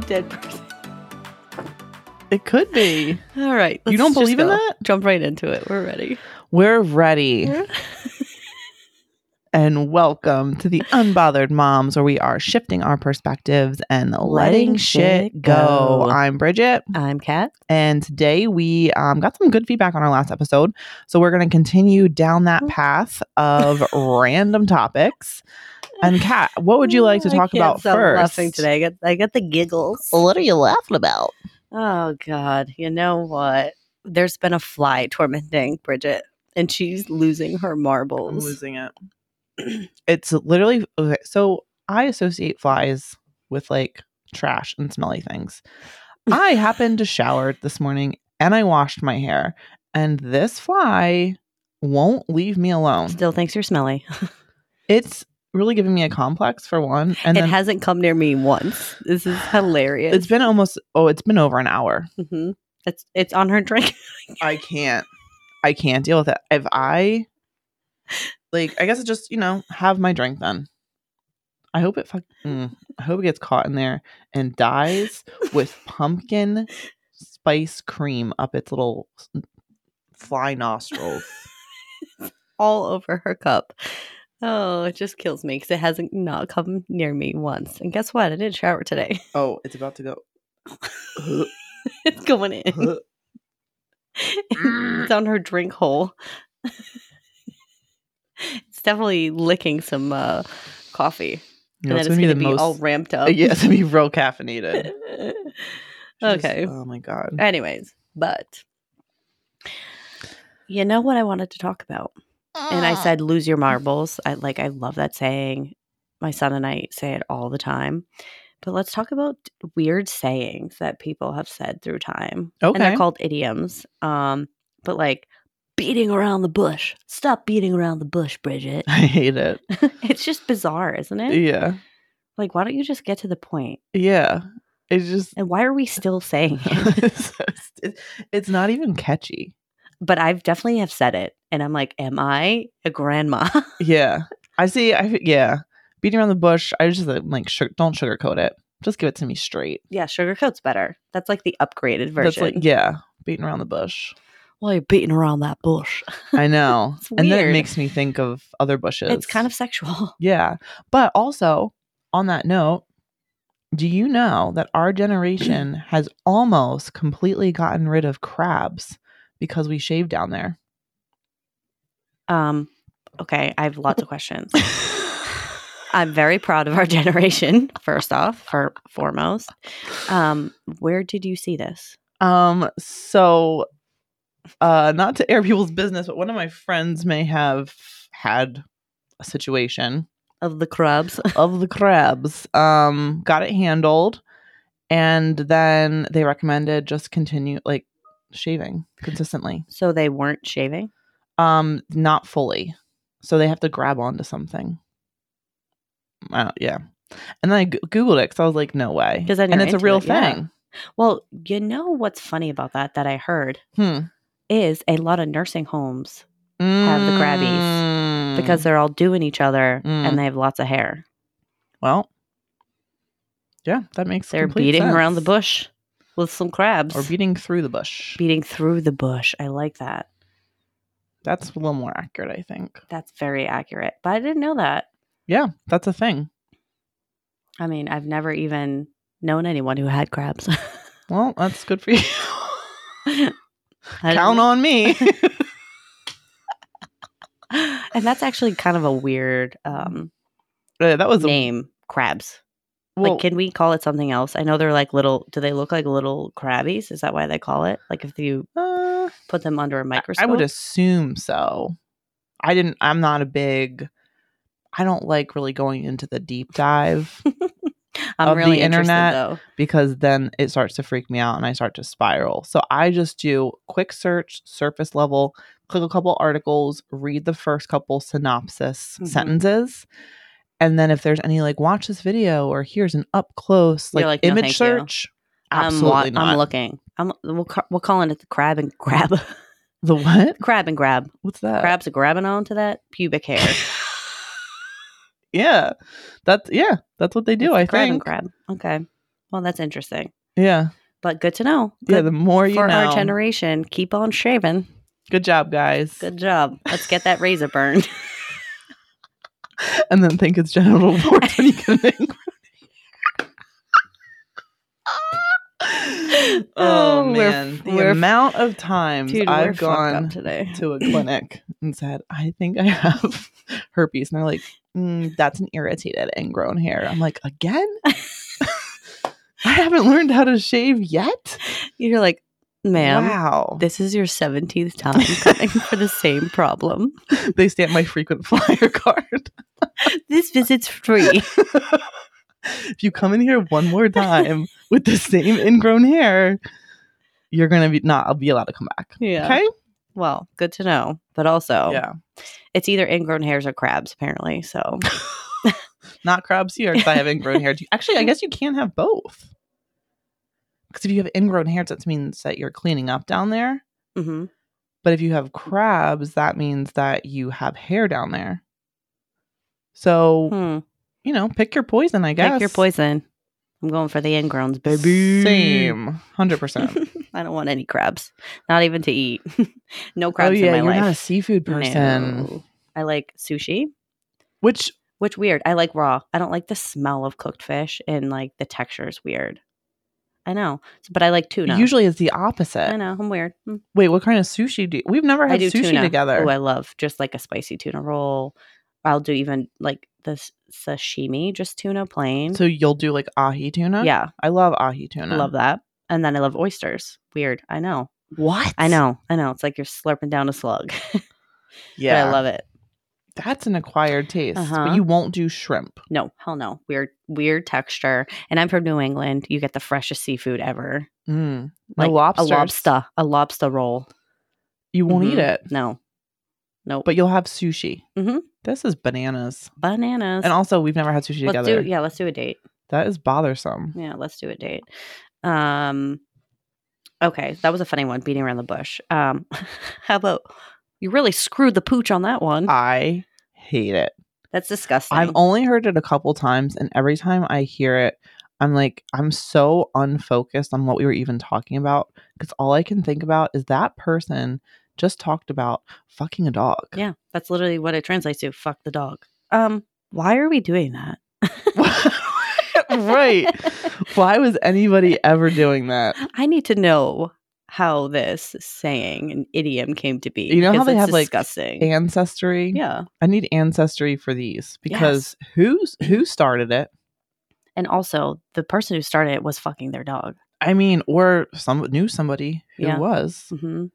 dead person. It could be. All right. You let's don't just believe in go. that? Jump right into it. We're ready. We're ready and welcome to the Unbothered Moms, where we are shifting our perspectives and letting, Letting shit shit go. go. I'm Bridget, I'm Kat. and today we um, got some good feedback on our last episode. So we're going to continue down Oh. that path of random topics. And Kat, what would you like to Oh, I talk can't about stop first? Laughing today. I got I got the giggles. What are you laughing about? Oh God! You know what? There's been a fly tormenting Bridget, and she's losing her I'm marbles. losing it. It's literally okay. So I associate flies with like trash and smelly things. I happened to shower this morning and I washed my hair, and this fly won't leave me alone. Still thinks you're smelly. It's really giving me a complex for one, and it then hasn't come near me once. This is hilarious. it's been almost oh, it's been over an hour. Mhm. It's it's on her drink. I can't, I can't deal with it. If I like, I guess I just you know have my drink then. I hope it fuck. Mm, I hope it gets caught in there and dies with pumpkin spice cream up its little s- fly nostrils. all over her cup. Oh, it just kills me because it hasn't not come near me once. And guess what? I didn't shower today. Oh, it's about to go. it's going in. mm. it's on her drink hole. it's definitely licking some uh, coffee, You know, and it's then gonna be the it's going to be most. all ramped up. yeah, it's gonna be real caffeinated. Just- okay. oh my god. Anyways, but you know what I wanted to talk about. and I said, "Lose your marbles." I like, I love that saying. My son and I say it all the time. But let's talk about weird sayings that people have said through time, and Okay. they're called idioms. Um, but like beating around the bush. Stop beating around the bush, Bridget. I hate it. it's just bizarre, isn't it? Yeah. Like, why don't you just get to the point? Yeah. It's just And why are we still saying it? it's, it's- it's not even catchy. but I've definitely have said it, and I'm like, am I a grandma? Yeah, I see. I yeah, beating around the bush. I just I'm like sug- don't sugarcoat it. Just give it to me straight. yeah, sugarcoat's better. That's like the upgraded version. That's like yeah, beating around the bush. Well, you're beating around that bush. I know, It's and then it weird. makes me think of other bushes. It's kind of sexual. yeah, but also on that note. Do you know that our generation has almost completely gotten rid of crabs because we shave down there? Um, okay, I have lots of questions. I'm very proud of our generation, first off, for foremost. Um, where did you see this? Um, so uh not to air people's business, but one of my friends may have had a situation Of the crabs. of the crabs. Um, got it handled, and then they recommended just continue like shaving consistently. So they weren't shaving. Um, not fully. So they have to grab onto something. I don't- yeah. And then I g- googled it because I was like, no way. 'Cause then and you're it's a into real it, yeah. thing. Well, you know what's funny about that that I heard Hmm. is a lot of nursing homes Have the crabbies, because they're all doing each other Mm. and they have lots of hair. Well, yeah, that makes They're complete beating around the sense. bush with some crabs. or beating through the bush. beating through the bush. I like that. That's a little more accurate, I think. That's very accurate. But I didn't know that. Yeah, that's a thing. I mean, I've never even known anyone who had crabs. Well, that's good for you. I Count don't- on me. And that's actually kind of a weird um, Yeah, Uh, that was a, name, crabs. well, like, can we call it something else? I know they're like little. Do they look like little crabbies? Is that why they call it? Like, if you uh, put them under a microscope, I would assume so. I didn't. I'm not a big. I don't like really going into the deep dive of I'm the really interested internet. though. because then it starts to freak me out and I start to spiral. So I just do quick search, surface level, click a couple articles, read the first couple synopsis Mhm. sentences. And then if there's any like watch this video or here's an up close like, You're like, "No, image thank you." search, Um, I'm, absolutely wa- not. I'm looking. I'm. We'll, ca- we're calling it the crab and grab, the what? crab and grab. What's that? Crabs are grabbing onto that pubic hair. Yeah. That's yeah, that's what they do, It's I the crab think. and grab. Okay. Well, that's interesting, Yeah. but good to know. Yeah. Good The more you for know. our generation, keep on shaving. Good job, guys. Good job. Let's get that razor burned. And then think it's genital warts when you get an ingrown. Oh, oh we're- man, the we're- amount of times Dude, we're I've fucked gone up today. to a clinic and said, "I think I have herpes," and they're like, "Mm, "That's an irritated ingrown hair." I'm like, "Again." I haven't learned how to shave yet. You're like, ma'am. wow. This is your 17th time coming for the same problem. They stamp my frequent flyer card. This visit's free. if you come in here one more time with the same ingrown hair, you're gonna be not. I'll be allowed to come back. Yeah. Oh. Okay. Well, good to know. But also, Yeah. it's either ingrown hairs or crabs, apparently. So Not crabs here because I have ingrown hair. Do you- Actually, I guess you can have both. Because if you have ingrown hairs, that means that you're cleaning up down there. Mhm. But if you have crabs, that means that you have hair down there. So Hmm. you know, pick your poison. I guess pick your poison. I'm going for the ingrowns, baby. Same, hundred percent. I don't want any crabs, not even to eat. no crabs oh yeah, in you're my not a life. seafood person. No. I like sushi, Which which weird. I like raw. I don't like the smell of cooked fish, and like the texture is weird. I know, but I like tuna. usually is the I opposite. know I'm weird. Mm. Wait, what kind of sushi do you, we've never I had do sushi tuna together? Oh, I love just like a spicy tuna roll. I'll do even like the s- sashimi, just tuna plain. so you'll do like ahi tuna? yeah, I love ahi tuna. love that. And then I love oysters. Weird. I know. What? I know. I know. It's like you're slurping down a slug. Yeah, But I love it. that's an acquired taste. Uh-huh. But you won't do shrimp. No, hell no. Weird, weird texture. And I'm from New England. You get the freshest seafood ever. Mm. Like no lobster. A lobster. A lobster roll. You won't eat Mhm. it, No. Nope. but you'll have sushi. Mhm. This is bananas. Bananas. And also, we've never had sushi let's together. do yeah, let's do a date. That is bothersome. Yeah, let's do a date. Um Okay, that was a funny one, beating around the bush. Um how about you really screwed the pooch on that one. Uh, I hate it. That's disgusting. I've only heard it a couple times, and every time I hear it, I'm like, I'm so unfocused on what we were even talking about because all I can think about is that person just talked about fucking a dog. yeah, that's literally what it translates to. Fuck the dog. Um, why are we doing that? right. Why was anybody ever doing that? I need to know how this saying and idiom came to be. You know how because they it's have, like, disgusting. Ancestry. yeah, I need ancestry for these because who's who started it? and also the person who started it was fucking their dog. I mean, or some knew somebody who Yeah. was. hmm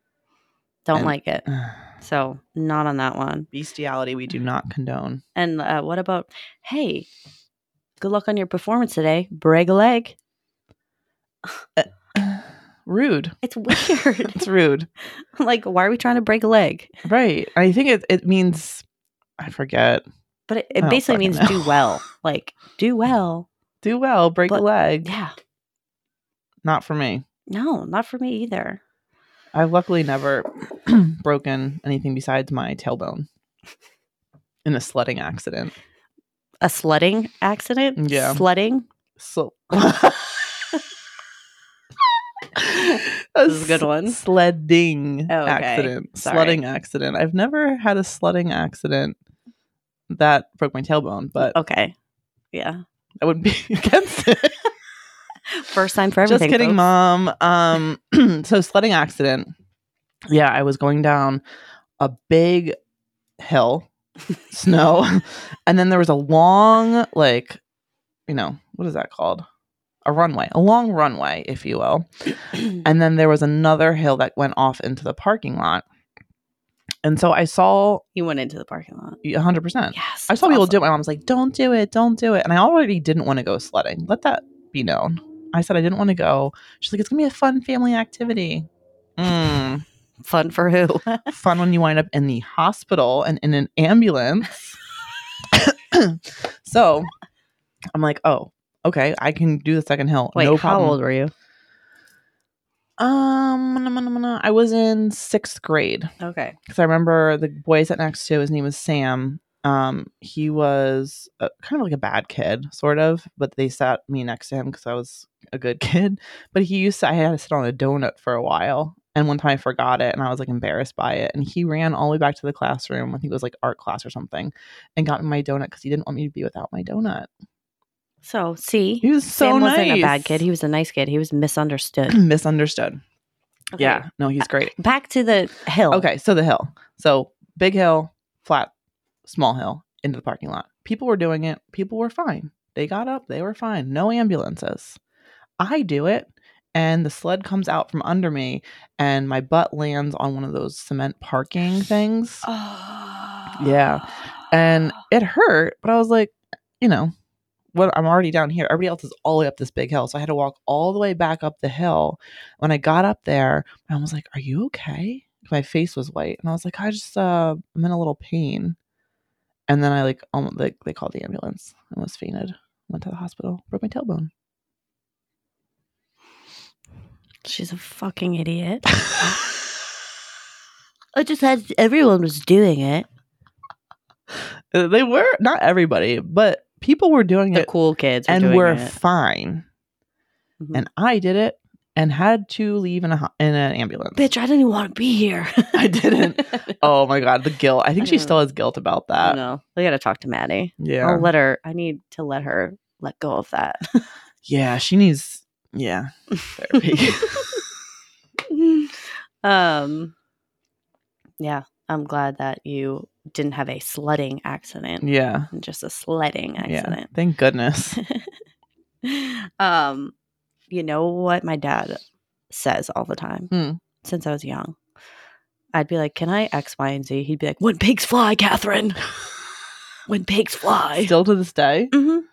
Don't And- like it. So not on that one. Mm. Bestiality we do not condone. And uh, what about, hey, good luck on your performance today. Break a leg. Rude. It's weird. It's rude. like, why are we trying to break a leg? Right. I think it, it means I forget. But it, I it don't basically fucking means know. do well. Like, do well. Do well, break But- a leg. Yeah. Not for me. No, not for me either. I've luckily never broken anything besides my tailbone in a sledding accident. A sledding accident? Yeah. Sledding? So This is a good one. Sledding Oh, okay. accident. Sorry. Sledding accident. I've never had a sledding accident that broke my tailbone, but Okay. Yeah. I wouldn't be against it. First time for everything. Just kidding, folks. mom. Um, so sledding accident. Yeah, I was going down a big hill, snow, and then there was a long, like, you know, what is that called? A runway, a long runway, if you will. And then there was another hill that went off into the parking lot. And so I saw you went into the parking lot. 100%. Yes. I that's saw people awesome. do it. My mom's like, don't do it, don't do it. And I already didn't want to go sledding. Let that be known. I said I didn't want to go. She's like, it's gonna be a fun family activity. Mm, Fun for who? fun when you wind up in the hospital and in an ambulance. so I'm like, oh, okay, I can do the second hill. Wait, no how problem. old were you? Um, nah, nah, nah, nah. I was in sixth grade Okay. because I remember the boy I sat next to, his name was Sam. Um, he was a, kind of like a bad kid, sort of, but they sat me next to him because I was a good kid. But he used to, I had to sit on a donut for a while. And one time I forgot it and I was like embarrassed by it. And he ran all the way back to the classroom. I think it was like art class or something and got me my donut because he didn't want me to be without my donut. So see, He was so Sam nice. wasn't a bad kid. He was a nice kid. He was misunderstood. misunderstood. Okay. Yeah. No, he's great. Back to the hill. Okay, so the hill. So big hill, flat, small hill, into the parking lot. People were doing it. People were fine. They got up. They were fine. No ambulances. I do it, and the sled comes out from under me, and my butt lands on one of those cement parking things, Oh. Yeah. and Ah. it hurt. But I was like, you know, what? I'm already down here. Everybody else is all the way up this big hill, so I had to walk all the way back up the hill. When I got up there, my mom was like, "Are you okay?" My face was white, and I was like, "I just, uh, I'm in a little pain." And then I like, almost like they called the ambulance. I almost fainted. Went to the hospital. Broke my tailbone. she's a fucking idiot. I just had everyone was doing it. Uh, they were not everybody, but people were doing The it cool kids were and doing were it. fine. Mhm. And I did it and had to leave in a ho- in an ambulance. Bitch, I didn't even want to be here. I didn't. Oh my god, the guilt. I think she still has guilt about that. no, Oh. we gotta talk to Maddie. Yeah. I'll let her. I need to let her let go of that. yeah, she needs yeah, therapy. um, yeah, I'm glad that you didn't have a sledding accident. yeah. Just a sledding Yeah. accident. Thank goodness. um, you know what my dad says all the time Hmm. since I was young. I'd be like, "Can I X, Y, and Z?" He'd be like, "When pigs fly, Catherine. when pigs fly." Still to this day, Mhm.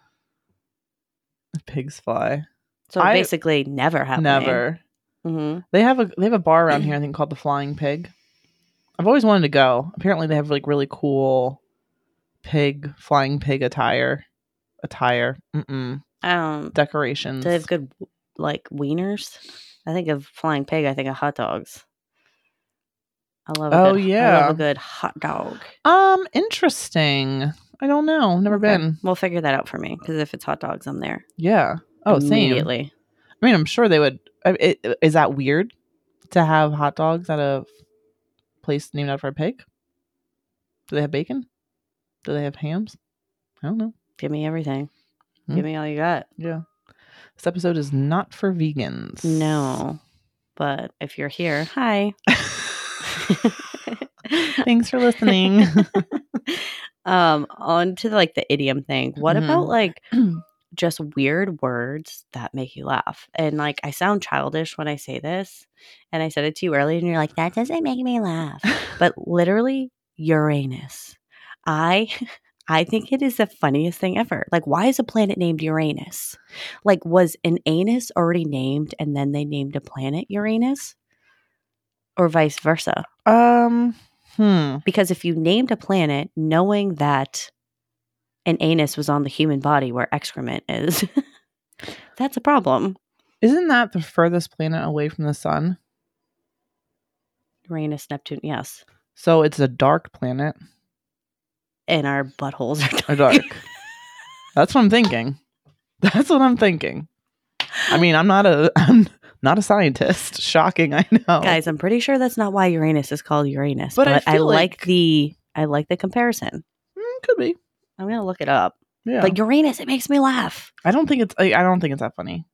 pigs fly. So I- basically, never happening. Never. hmm They have a they have a bar around here I think called the Flying Pig. I've always wanted to go. Apparently they have like really cool pig flying pig attire attire Mm-mm. Um, decorations. do they have good like wieners? I think of flying pig. I think of hot dogs. I love. A Oh, good, I yeah. love a good hot dog. um interesting. I don't know. Never Okay. been. We'll figure that out for me because if it's hot dogs, I'm there. Yeah. Oh, same. immediately. I mean, I'm sure they would. I- i- Is that weird to have hot dogs at a place named after a pig? Do they have bacon? Do they have hams? I don't know. Give me everything. Hmm. Give me all you got. Yeah. This episode is not for vegans. No, but if you're here, hi. Thanks for listening. um, on to like the idiom thing. What Mhm. about like just weird words that make you laugh. And like, I sound childish when I say this, and I said it to you earlier, and you're like, that doesn't make me laugh. But literally, Uranus. I. I think it is the funniest thing ever. Like, why is a planet named Uranus? Like, was an anus already named and then they named a planet Uranus? Or vice versa? um, hmm. Because if you named a planet knowing that an anus was on the human body where excrement is, that's a problem. Isn't that the furthest planet away from the sun? Uranus, Neptune, yes. So it's a dark planet. And our buttholes are Or dark. dark. That's what I'm thinking. That's what I'm thinking. I mean, I'm not a I'm not a scientist. Shocking, I know. Guys, I'm pretty sure that's not why Uranus is called Uranus. Oh. But But, I I, feel like, like- the I like the comparison. Mm, could be. I'm gonna look it up. Yeah. But Uranus, it makes me laugh. I don't think it's I, I don't think it's that funny.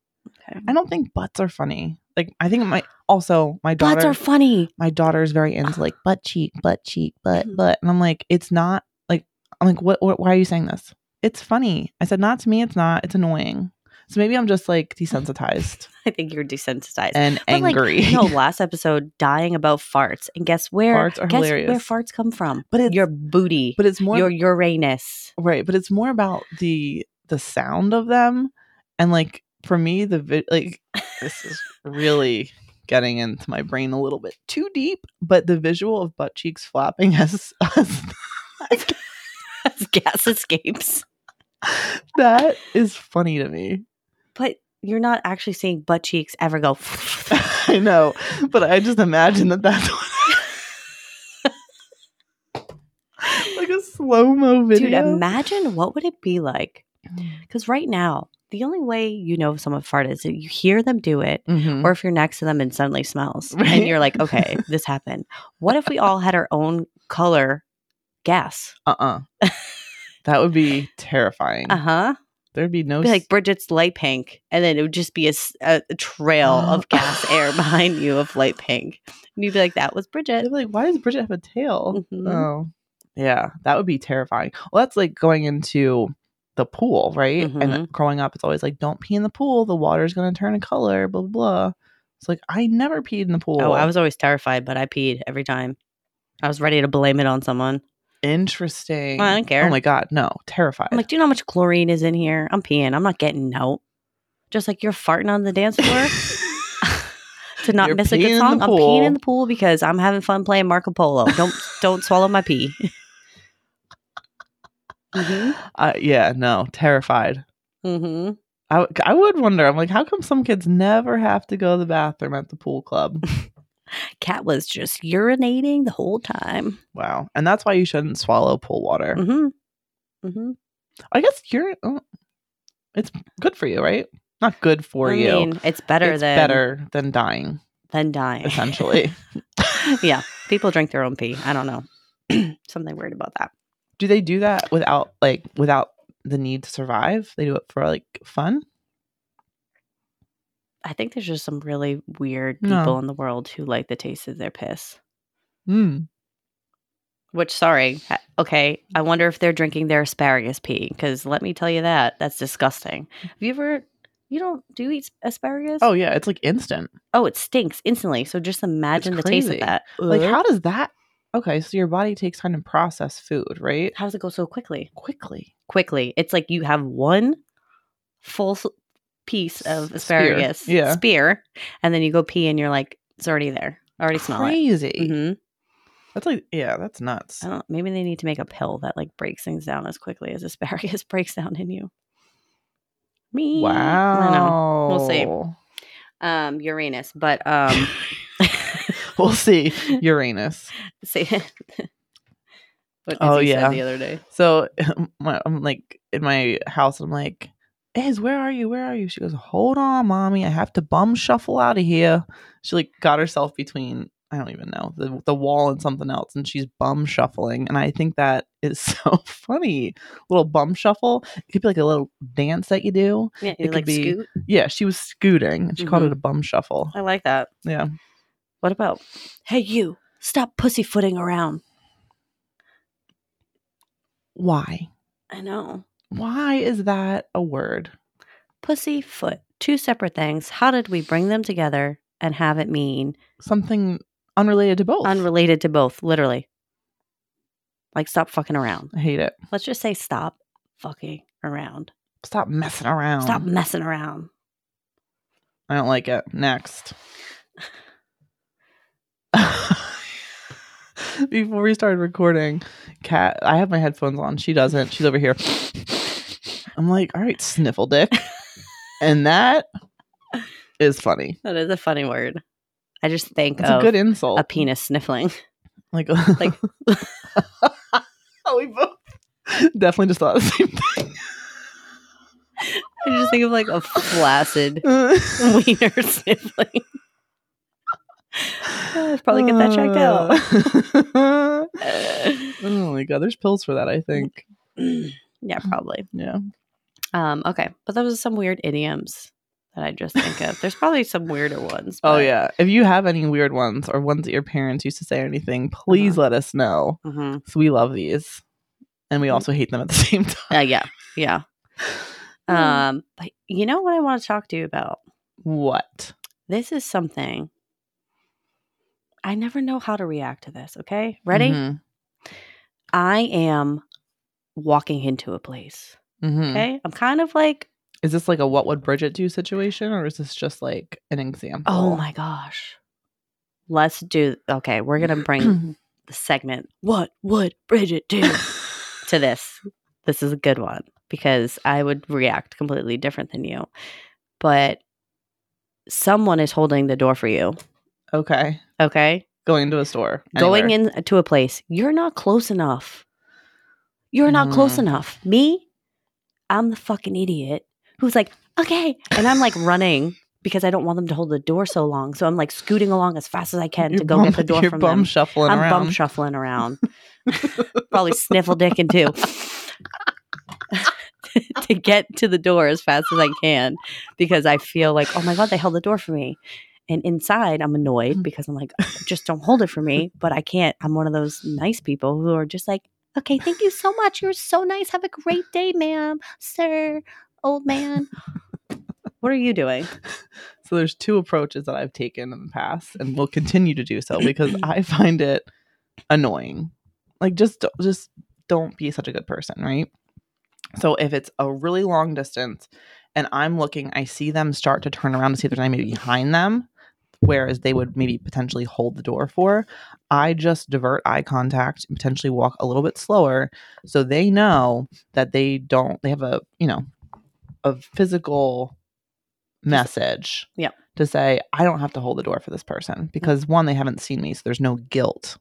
Okay. I don't think butts are funny. Like I think my also my daughter Butts are funny. my daughter's very into like butt cheek, butt cheek, butt Mhm. butt, and I'm like it's not like I'm like what, what why are you saying this? It's funny. I said not to me. It's not. It's annoying. So maybe I'm just like desensitized I think you're desensitized. and But, like, angry. no, last episode dying about farts. And guess where Farts are guess where hilarious. farts come from? but it's Your booty. but it's more your Uranus. right but it's more about the the sound of them and like for me the vi- like this is really getting into my brain a little bit too deep but the visual of butt cheeks flapping as, as gas escapes. that is funny to me But you're not actually seeing butt cheeks ever go. i know but i just imagine that that's what like like a slow mo video. Dude, imagine what would it be like? Because right now, the only way you know if someone farted is if you hear them do it, Mhm. or if you're next to them and suddenly smells, Right. and you're like, okay, this happened. What if we all had our own color guess? Uh-uh. that would be terrifying. Uh huh. There'd be no Be like s- Bridget's light pink, and then it would just be a, s- a- a trail of gas air behind you of light pink, and you'd be like, that was Bridget. They'd be like, why does Bridget have a tail? Mhm. Oh. Yeah, that would be terrifying. Well, that's like going into the pool, right? And Mhm. growing up, it's always like, don't pee in the pool. The water's going to turn a color, blah, blah, blah. It's like, I never peed in the pool. Oh, I was always terrified, but I peed every time. I was ready to blame it on someone. interesting. I don't care. Oh my God. No, terrified. I'm like, do you know how much chlorine is in here? I'm peeing. I'm not getting out. Just like you're farting on the dance floor to not You're miss a peeing in good the song. I'm peeing pool. in the pool because I'm having fun playing Marco Polo. Don't don't swallow my pee. mm-hmm. Uh, yeah, no, terrified. Mm-hmm. I, w- I would wonder. I'm like, how come some kids never have to go to the bathroom at the pool club? Cat was just urinating the whole time. wow. And that's why you shouldn't swallow pool water. Mm-hmm. Mm-hmm. I guess you're. oh, it's good for you, right? Not good for I you. mean, it's better it's than better than dying, than dying. essentially. yeah. People drink their own pee. I don't know. Something weird about that. do they do that without like without the need to survive? They do it for like fun. I think there's just some really weird No. people in the world who like the taste of their piss. Mm. Which, sorry, ha- okay. I wonder if they're drinking their asparagus pee because let me tell you that that's disgusting. Have you ever? You don't do you eat asparagus? Oh yeah, it's like instant. oh, it stinks instantly. So just imagine the taste crazy. of that. Like Ugh. how does that? Okay, so your body takes time to process food, right? how does it go so quickly? Quickly. Quickly, it's like you have one full s- piece of Spear. asparagus Yeah. spear, and then you go pee, and you're like, it's already there. I already smell it. Crazy. hmm That's like yeah, that's nuts. I don't. Maybe they need to make a pill that like breaks things down as quickly as asparagus breaks down in you. Me. I know. Wow. We'll see. um Uranus, but um We'll see. Uranus. see what Oh, Izzy yeah. said the other day. So my, I'm like in my house, and I'm like, "Iz, where are you? Where are you?" She goes, "Hold on, mommy, I have to bum shuffle out of here." She like got herself between I don't even know the the wall and something else, and she's bum shuffling, and I think that is so funny. Little bum shuffle. It could be like a little dance that you do. Yeah, It you could like be- scoot. Yeah, she was scooting, and she called it a bum shuffle. I like that. Yeah. What about hey you, stop pussyfooting around. Why? I know. Why is that a word? Pussyfoot. Two separate things. How did we bring them together and have it mean Something unrelated to both. unrelated to both, literally? Like stop fucking around. I hate it. Let's just say stop fucking around. Stop messing around. Stop messing around. I don't like it. Next. Before we started recording, Kat, I have my headphones on. She doesn't. She's over here. I'm like, all right, sniffle dick. and that is funny. That is a funny word. I just think It's of a good insult. a penis sniffling. like, like- oh, we both definitely just thought the same thing. I just think of like a flaccid wiener sniffling. I should probably get that checked out. out. oh my god, there's pills for that. I think. yeah, probably. Yeah. Um, okay, but those are some weird idioms that I just think of. There's probably some weirder ones. Oh but- yeah. If you have any weird ones or ones that your parents used to say or anything, please Uh-huh. let us know. Mhm. So we love these, and we Mm. also hate them at the same time. Uh, yeah, yeah. Mm. Um, but you know what I want to talk to you about? What? This is something I never know how to react to this. Okay, ready? Mhm. I am walking into a place. Mhm. Okay. I'm kind of like, Is this like a what would Bridget do situation, or is this just like an example? oh my gosh. Let's do okay, we're gonna bring the segment What would Bridget do to this? This is a good one because I would react completely different than you. But someone is holding the door for you. okay. Okay. Going into a store. Going into a place, you're not close enough. You're not close Mm. enough. Me, I'm the fucking idiot who's like, okay. And I'm like running because I don't want them to hold the door so long. So I'm like scooting along as fast as I can to You're go bum- get the door you're from bum them. shuffling I'm around. bum shuffling around. Probably sniffle dicking too. to get to the door as fast as I can because I feel like, oh my God, they held the door for me. And inside, I'm Mm. annoyed because I'm like, just don't hold it for me. But I can't. I'm one of those nice people who are just like, okay, thank you so much. You're so nice. Have a great day, ma'am, sir, old man. what are you doing? So there's two approaches that I've taken in the past and will continue to do so because I find it annoying. Like just don't- just don't be such a good person, right? So if it's a really long distance and I'm looking, I see them start to turn around to see if there's anybody behind them, whereas they would maybe potentially hold the door for. I just divert eye contact and potentially walk a little bit slower so they know that they don't they have a, you know, a physical message Yep. to say I don't have to hold the door for this person because one they haven't seen me so there's no guilt,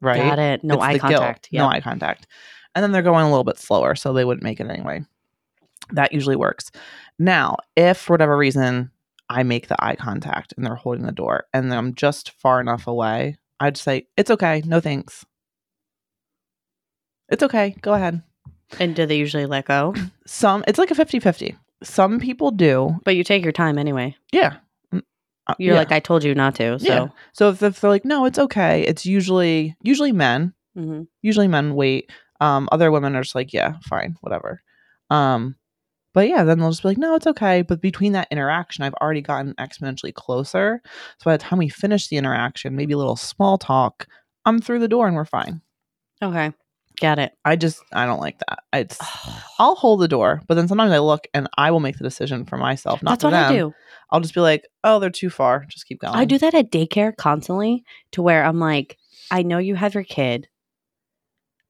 right? Got it. No It's eye the guilt, contact. Yeah. No eye contact. And then they're going a little bit slower, so they wouldn't make it anyway. That usually works. Now, if for whatever reason I make the eye contact and they're holding the door and I'm just far enough away, I'd say, It's okay. No thanks. It's okay. Go ahead. and do they usually let go? Some, it's like a 50 50. Some people do. But you take your time anyway. Yeah. Mm, uh, You're yeah. like, I told you not to. So. Yeah. so if, if they're like, No, it's okay, it's usually, usually men, Mhm. usually men wait um other women are just like yeah fine whatever um but yeah then they'll just be like no it's okay but between that interaction i've already gotten exponentially closer so by the time we finish the interaction maybe a little small talk i'm through the door and we're fine Okay. Got it. i just i don't like that it's i'll hold the door but then sometimes i look and i will make the decision for myself not That's for what them Um, I do. i'll just be like oh they're too far just keep going I do that at daycare constantly to where I'm like, I know you have your kid.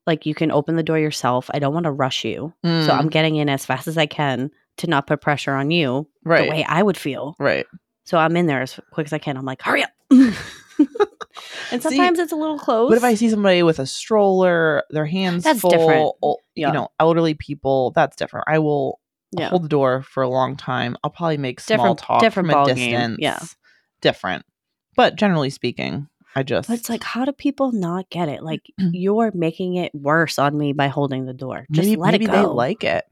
Like you can open the door yourself. I don't want to rush you. Mm, So I'm getting in as fast as I can to not put pressure on you right the way I would feel. right So I'm in there as quick as I can. I'm like, hurry up. and See, sometimes it's a little close. But if I see somebody with a stroller, their hands That's full, different. ol- Yeah. you know, elderly people, that's different. I will yeah. hold the door for a long time. I'll probably make small Different- talk different from a ball game. distance. Yeah. different. But generally speaking, I just But it's like, how do people not get it? Like you're making it worse on me by holding the door. Just maybe, let maybe it go. they like it.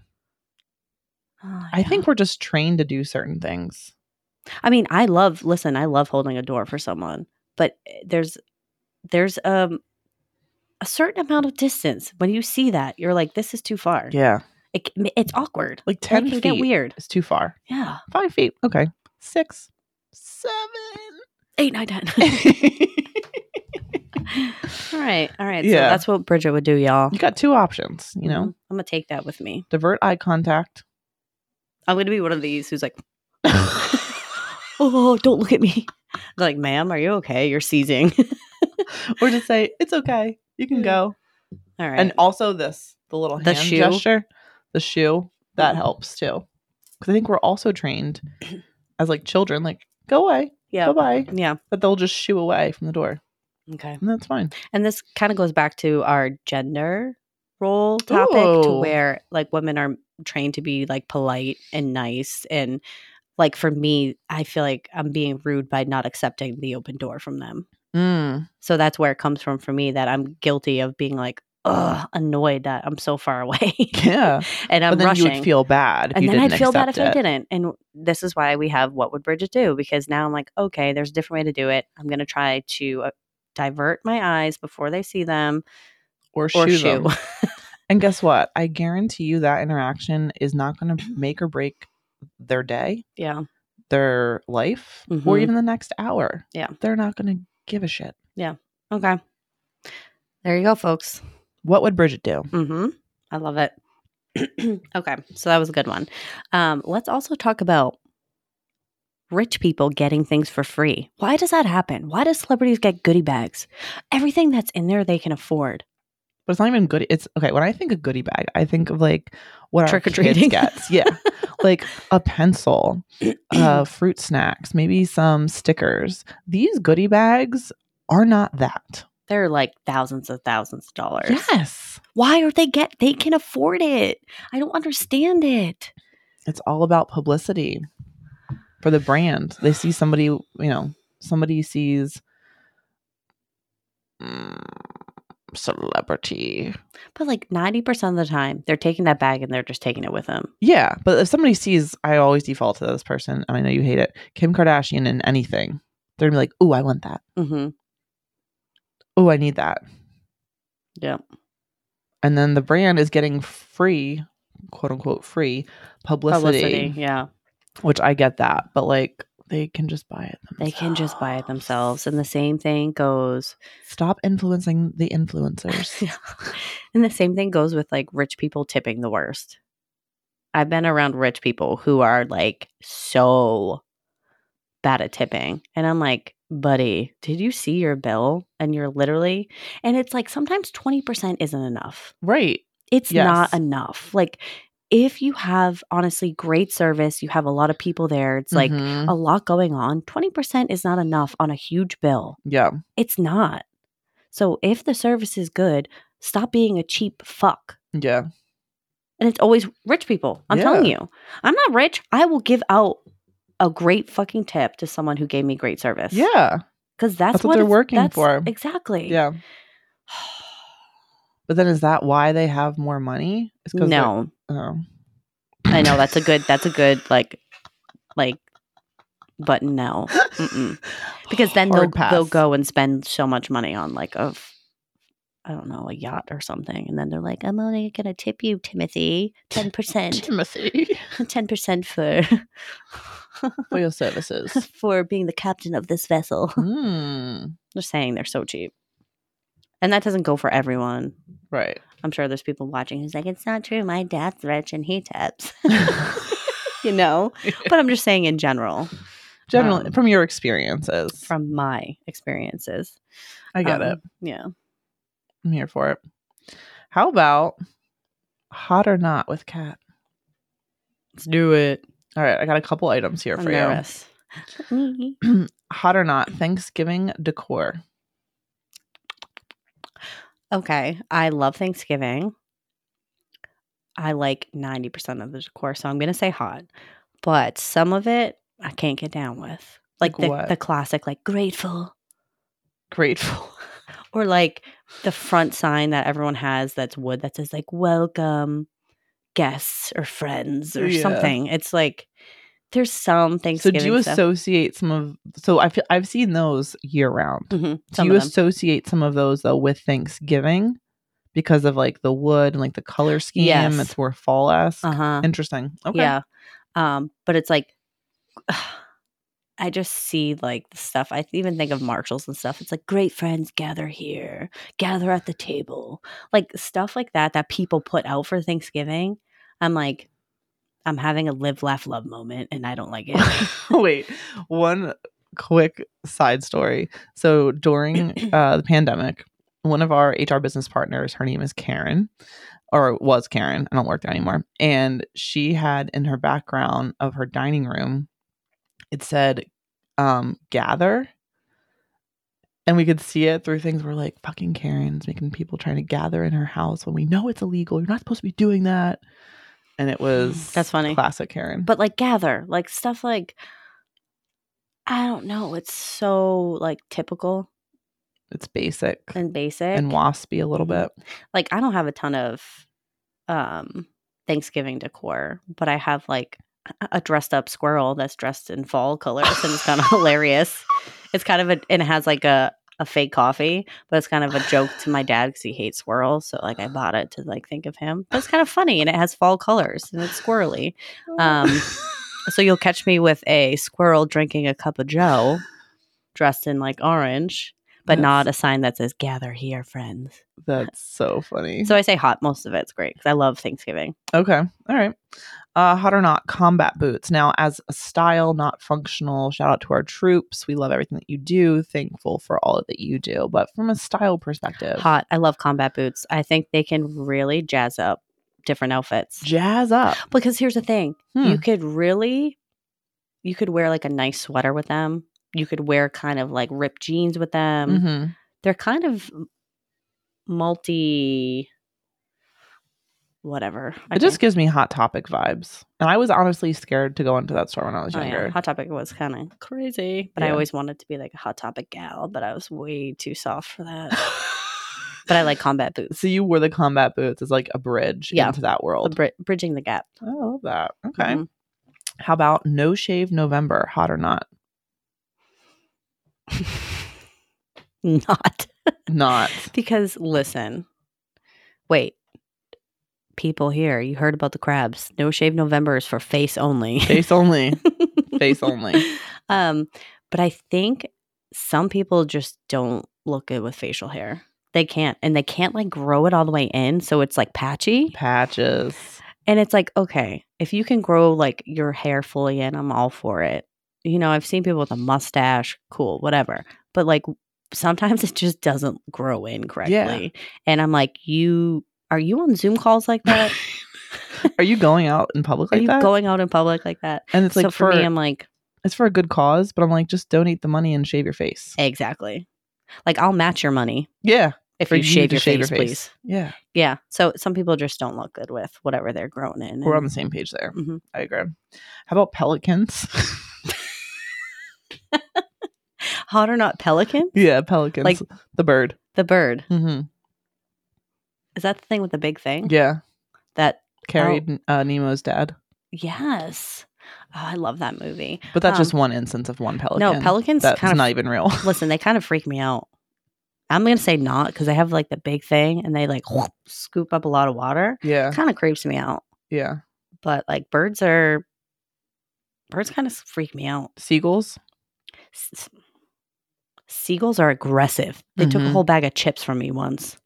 Oh, I yeah. think we're just trained to do certain things. I mean, I love listen, I love holding a door for someone, but eh, there's there's um a certain amount of distance. When you see that, you're like, this is too far. Yeah, It, it's awkward. like It ten can feet get weird. is too far. Yeah. Five feet, okay. Six, seven. Eight, nine, ten. all right. All right. So Yeah. that's what Bridget would do, y'all. you got two options. You know, I'm gonna take that with me. divert eye contact. I'm gonna be one of these who's like Oh, don't look at me. Like, ma'am, are you okay? You're seizing. or just say it's okay you can Mm. go All right. and also this the little The hand shoe. gesture the shoe that Mhm. helps too because i think we're also trained as like children like go away yeah. bye-bye Yeah. but they'll just shoo away from the door Okay. and that's fine And this kind of goes back to our gender role topic to Ooh. where like women are trained to be like polite and nice and like for me I feel like I'm being rude by not accepting the open door from them. mm. So that's where it comes from for me that I'm guilty of being like ugh annoyed that I'm so far away. yeah and I'm but then rushing. you would feel bad if and you then didn't I'd feel bad if accept I it. didn't. And this is why we have what would Bridget do? Because now I'm like, okay, there's a different way to do it. I'm going to try to uh, divert my eyes before they see them or shoo, or them. shoe. and guess what i guarantee you that interaction is not going to make or break their day Yeah. their life or Mhm. even the next hour Yeah. they're not going to give a shit Okay. There you go, folks. what would bridget do Mm-hmm. I love it. okay. So that was a good one. Um, let's also talk about rich people getting things for free. Why does that happen? Why do celebrities get goodie bags? Everything that's in there they can afford. but it's not even good. It's okay. When I think of goodie bag, I think of like what our Trick-or-treating. kids gets. Yeah, like a pencil, uh, fruit snacks, maybe some stickers. These goodie bags are not that. They're like thousands of thousands of dollars. Yes. Why are they get they can afford it? I don't understand it. It's all about publicity for the brand. They see somebody, you know, somebody sees mm, celebrity. But like 90% of the time, they're taking that bag and they're just taking it with them. Yeah, but if somebody sees, I always default to this person, and I know you hate it, Kim Kardashian in anything, they're gonna be like, "Ooh, I want that. Mhm. Ooh, I need that." Yeah. And then the brand is getting free, quote unquote, free publicity, Publicity, yeah. which I get that, but like they can just buy it. They Themselves. can just buy it themselves. And the same thing goes. Stop influencing the influencers. and the same thing goes with like rich people tipping the worst. I've been around rich people who are like so bad at tipping. And I'm like, buddy, did you see your bill? And you're literally, and it's like sometimes 20% isn't enough. right. It's Yes. not enough. Like, if you have honestly great service, you have a lot of people there, it's like Mhm. a lot going on. 20% is not enough on a huge bill. yeah. It's not. So if the service is good, stop being a cheap fuck. Yeah. And it's always rich people. I'm Yeah. telling you. I'm not rich. I will give out a great fucking tip to someone who gave me great service. Yeah. Because that's, That's what they're it's- working for. Exactly. Yeah. But then is that why they have more money? It's they're- No. Oh. I know that's a good that's a good like like but no. oh. Mm-mm. Because then Hard they'll pass. they'll go and spend so much money on like a f- I don't know, a yacht or something. And then they're like, I'm only gonna tip you, Timothy, ten percent. Timothy ten percent for for your services. for being the captain of this vessel. mm. They're saying they're so cheap, and that doesn't go for everyone. Right. I'm sure there's people watching who's like, "It's not true. My dad's rich and he tips," you know. But I'm just saying in general, Generally, Um, from your experiences, from my experiences. I get Um, it. Yeah. I'm here for it. How about hot or not with cat? Let's do it. All right, I got a couple items here I'm for nervous. you. Hot or not Thanksgiving decor. okay, I love Thanksgiving. I like 90% of the decor, so I'm going to say hot. But some of it I can't get down with. Like Like the, what? the classic, like grateful, Grateful. or like the front sign that everyone has that's wood that says, like, welcome guests or friends or Yeah. something. It's like there's some So Thanksgiving. do you stuff. associate some of so I feel, I've seen those year round. Mhm, Do some you of them. associate some of those though with Thanksgiving because of like the wood and like the color scheme? Yes. It's more fall esque. Uh huh. Interesting. Okay. Yeah. Um, but it's like I just see like the stuff. I even think of marshals and stuff. It's like great friends gather here, gather at the table. Like stuff like that that people put out for Thanksgiving. I'm like I'm having a live laugh love moment and I don't like it. Wait, one quick side story. So during uh, the pandemic, one of our HR business partners, her name is Karen, or was Karen. I don't work there anymore. And she had in her background of her dining room, it said um, gather. And we could see it through things. We're like, fucking Karen's making people trying to gather in her house when we know it's illegal. You're not supposed to be doing that. And it was That's funny. Classic Karen. but like gather, like stuff like I don't know. It's so like typical it's basic. and basic. and waspy a little Mhm. bit. like I don't have a ton of um Thanksgiving decor, but I have like a- a dressed up squirrel that's dressed in fall colors and it's kind of hilarious. It's kind of a and it has like a a fake coffee, but it's kind of a joke to my dad because he hates squirrels. So like I bought it to like think of him. But it's kind of funny and it has fall colors and it's squirrely. Um, So you'll catch me with a squirrel drinking a cup of Joe, dressed in like orange, but That's- not a sign that says "Gather here, friends." That's so funny. So I say hot. Most of it's great because I love Thanksgiving. okay, all right. Uh, hot or not, combat boots. Now, as a style, not functional. Shout out to our troops. We love everything that you do. Thankful for all that you do. But from a style perspective, Hot. I love combat boots. I think they can really jazz up different outfits. jazz up. Because here's the thing Hmm. you could really, you could wear like a nice sweater with them. You could wear kind of like ripped jeans with them. Mhm. they're kind of multi whatever. I it just think. gives me hot topic vibes. And I was honestly scared to go into that store when I was Oh, yeah. younger. Hot Topic was kind of crazy, but I Yeah. always wanted to be like a Hot Topic gal, but I was way too soft for that. but I like combat boots. so you wore the combat boots as like a bridge Yeah. into that The world. Oh, bri- bridging the gap. I love that. Okay. Mhm. How about No Shave November, hot or not? Not Not. because listen, wait, people here, you heard about the crabs. No shave November is for face only. Face only. Face only. Um, but I think some people just don't look good with facial hair. They can't, and they can't like grow it all the way in, so it's like patchy. Patches. And it's like, okay, if you can grow like your hair fully in, I'm all for it. You know, I've seen people with a mustache, cool, whatever. But like sometimes it just doesn't grow in correctly. And I'm like, you are you on Zoom calls like that? Are you going out in public are like you that? going out in public like that? and it's like so for, for, me, I'm like, it's for a good cause, but I'm like, just donate the money and shave your face. exactly. Like I'll match your money Yeah. if For you, you shave, to your, shave face, your face. please. Yeah. Yeah. So some people just don't look good with whatever they're growing in. We're on and- the same page there. Mhm. I agree. How about pelicans? Hot or not, pelican, yeah, pelicans. Like- the bird. the bird. hmm Is that the thing with the big thing? Yeah. That Oh. Carried uh, Nemo's dad. Yes. Oh, I love that movie. But that's Um, just one instance of one pelican. No, pelicans That's kind of not even real. listen. They kind of freak me out. I'm gonna say not because they have like the big thing and they like whoop, scoop up a lot of water. yeah. Kind of creeps me out. Yeah. But like birds are, birds kind of freak me out. Seagulls. S- s- Seagulls are aggressive. They took a Mhm. whole bag of chips from me once.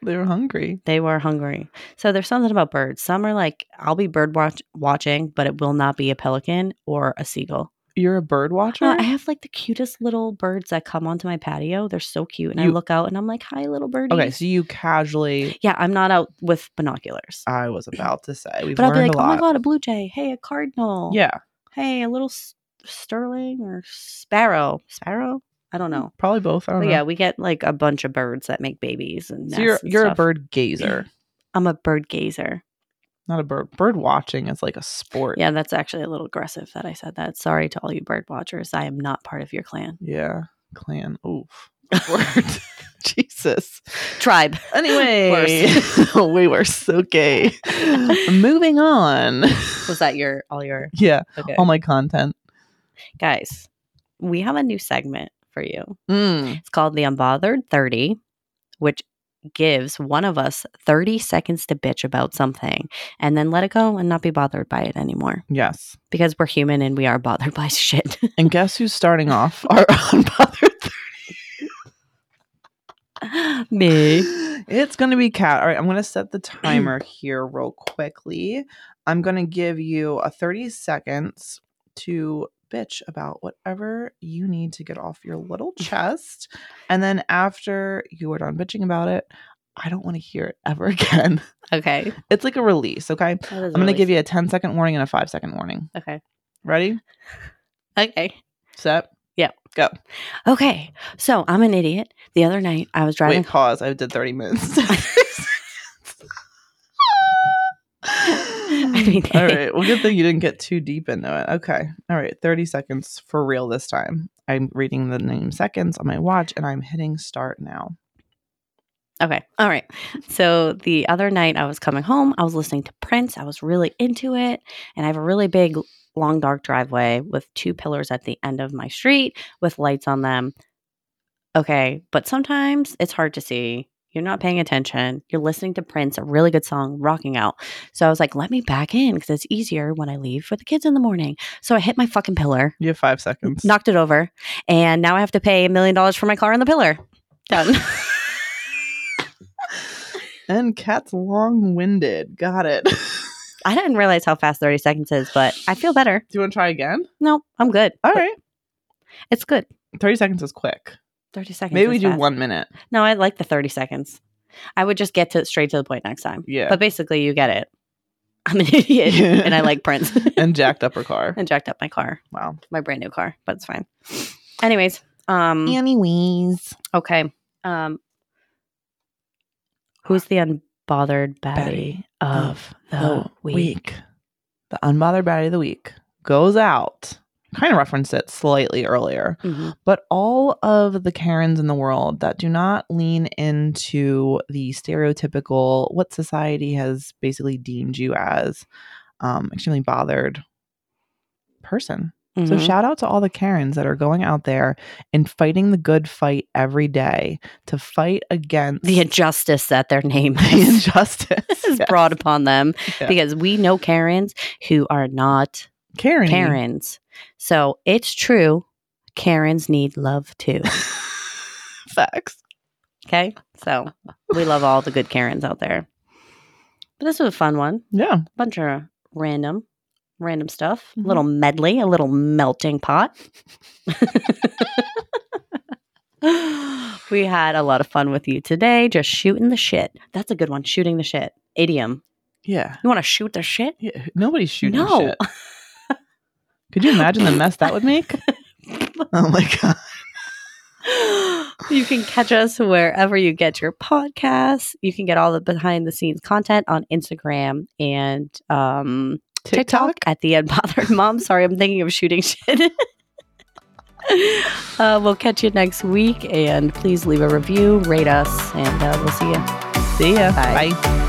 They were hungry. They were hungry. So there's something about birds. Some are like, I'll be bird watch- watching, but it will not be a pelican or a seagull. You're a bird watcher? Uh, I have like the cutest little birds that come onto my patio. They're so cute, and I You- look out and I'm like, "Hi, little birdie." okay, so you casually yeah, I'm not out with binoculars, I was about to say we've but I'll be learned like, a "Oh lot. my god, a blue jay! Hey, a cardinal! Yeah. hey, a little s- sterling or sparrow, sparrow? I don't know." Probably both. Mm, I don't Oh. But know. yeah, we get like a bunch of birds that make babies, and so you're nests and you're a stuff. bird gazer, I'm a bird gazer. not a bird. Bird watching is like a sport. Yeah, that's actually a little aggressive that I said that. Sorry to all you bird watchers. I am not part of your clan, Yeah. Clan. Oof. Word. Jesus. tribe. Anyway, way worse. Okay. Moving on. Was that your all your Yeah. okay? All my content. guys, we have a new segment for you. Mm. It's called the Unbothered 30, which gives one of us 30 seconds to bitch about something and then let it go and not be bothered by it anymore Yes. because we're human and we are bothered by shit. And guess who's starting off our unbothered Me. It's going to be cat. All right, I'm going to set the timer here real quickly. I'm going to give you a 30 seconds to bitch about whatever you need to get off your little chest. And then after you are done bitching about it, I don't want to hear it ever again. Okay. It's like a release, okay? I'm I'm going to give you a 10 second warning and a 5 second warning. Okay. Ready? Okay. Set? Okay. So I'm an idiot. The other night I was driving Wait, pause. I did 30 minutes. mean, All right. Well, good thing you didn't get too deep into it. Okay. All right. 30 seconds for real this time. I'm reading the name seconds on my watch and I'm hitting start now. Okay. All right. So the other night I was coming home, I was listening to Prince. I was really into it. And I have a really big, long, dark driveway with two pillars at the end of my street with lights on them. Okay. But sometimes it's hard to see. You're not paying attention. You're listening to Prince, a really good song, rocking out. So I was like, let me back in because it's easier when I leave for the kids in the morning. So I hit my fucking pillar, You have five seconds. knocked it over, and now I have to pay a million dollars for my car and the pillar. Done. And cat's long winded. Got it. Do I didn't realize how fast 30 seconds is, but I feel better. you want to try again? No, I'm good. All right. It's good. 30 30 seconds is quick. 30 seconds. Maybe is we do fast. one minute. No, I like the 30 seconds. I would just get to straight to the point next time. Yeah. But basically, you get it. I'm an idiot and I like Prince and jacked up her car. and jacked up my car, Wow. my brand new car, but it's fine. Anyways, um Anyways. okay. Um, who's the unbothered baddie Baddie of the week? The unbothered baddie of the week goes out. Kind of referenced it slightly earlier, Mhm. but all of the Karens in the world that do not lean into the stereotypical what society has basically deemed you as um, extremely bothered person. So Mhm. shout out to all the Karens that are going out there and fighting the good fight every day to fight against the injustice that their name the is, injustice is Yes. brought upon them Yeah. because we know Karens who are not Karen. Karens. So it's true. Karens need love too. Facts. Okay. So we love all the good Karens out there. But this was a fun one. Yeah. Bunch of random, random stuff. Mhm. A little medley, a little melting pot. we had a lot of fun with you today, just shooting the shit. That's a good one. Shooting the shit. Idiom. Yeah. You want to shoot the shit? yeah. Nobody's shooting No. shit. Could you imagine the mess that would make? oh my god. you can catch us wherever you get your podcasts. You can get all the behind the scenes content on Instagram and um, TikTok at the Unbothered Mom. Sorry, I'm thinking of shooting shit. uh, we'll catch you next week and please leave a review, rate us, and uh, we'll see you. See ya. Bye. Bye.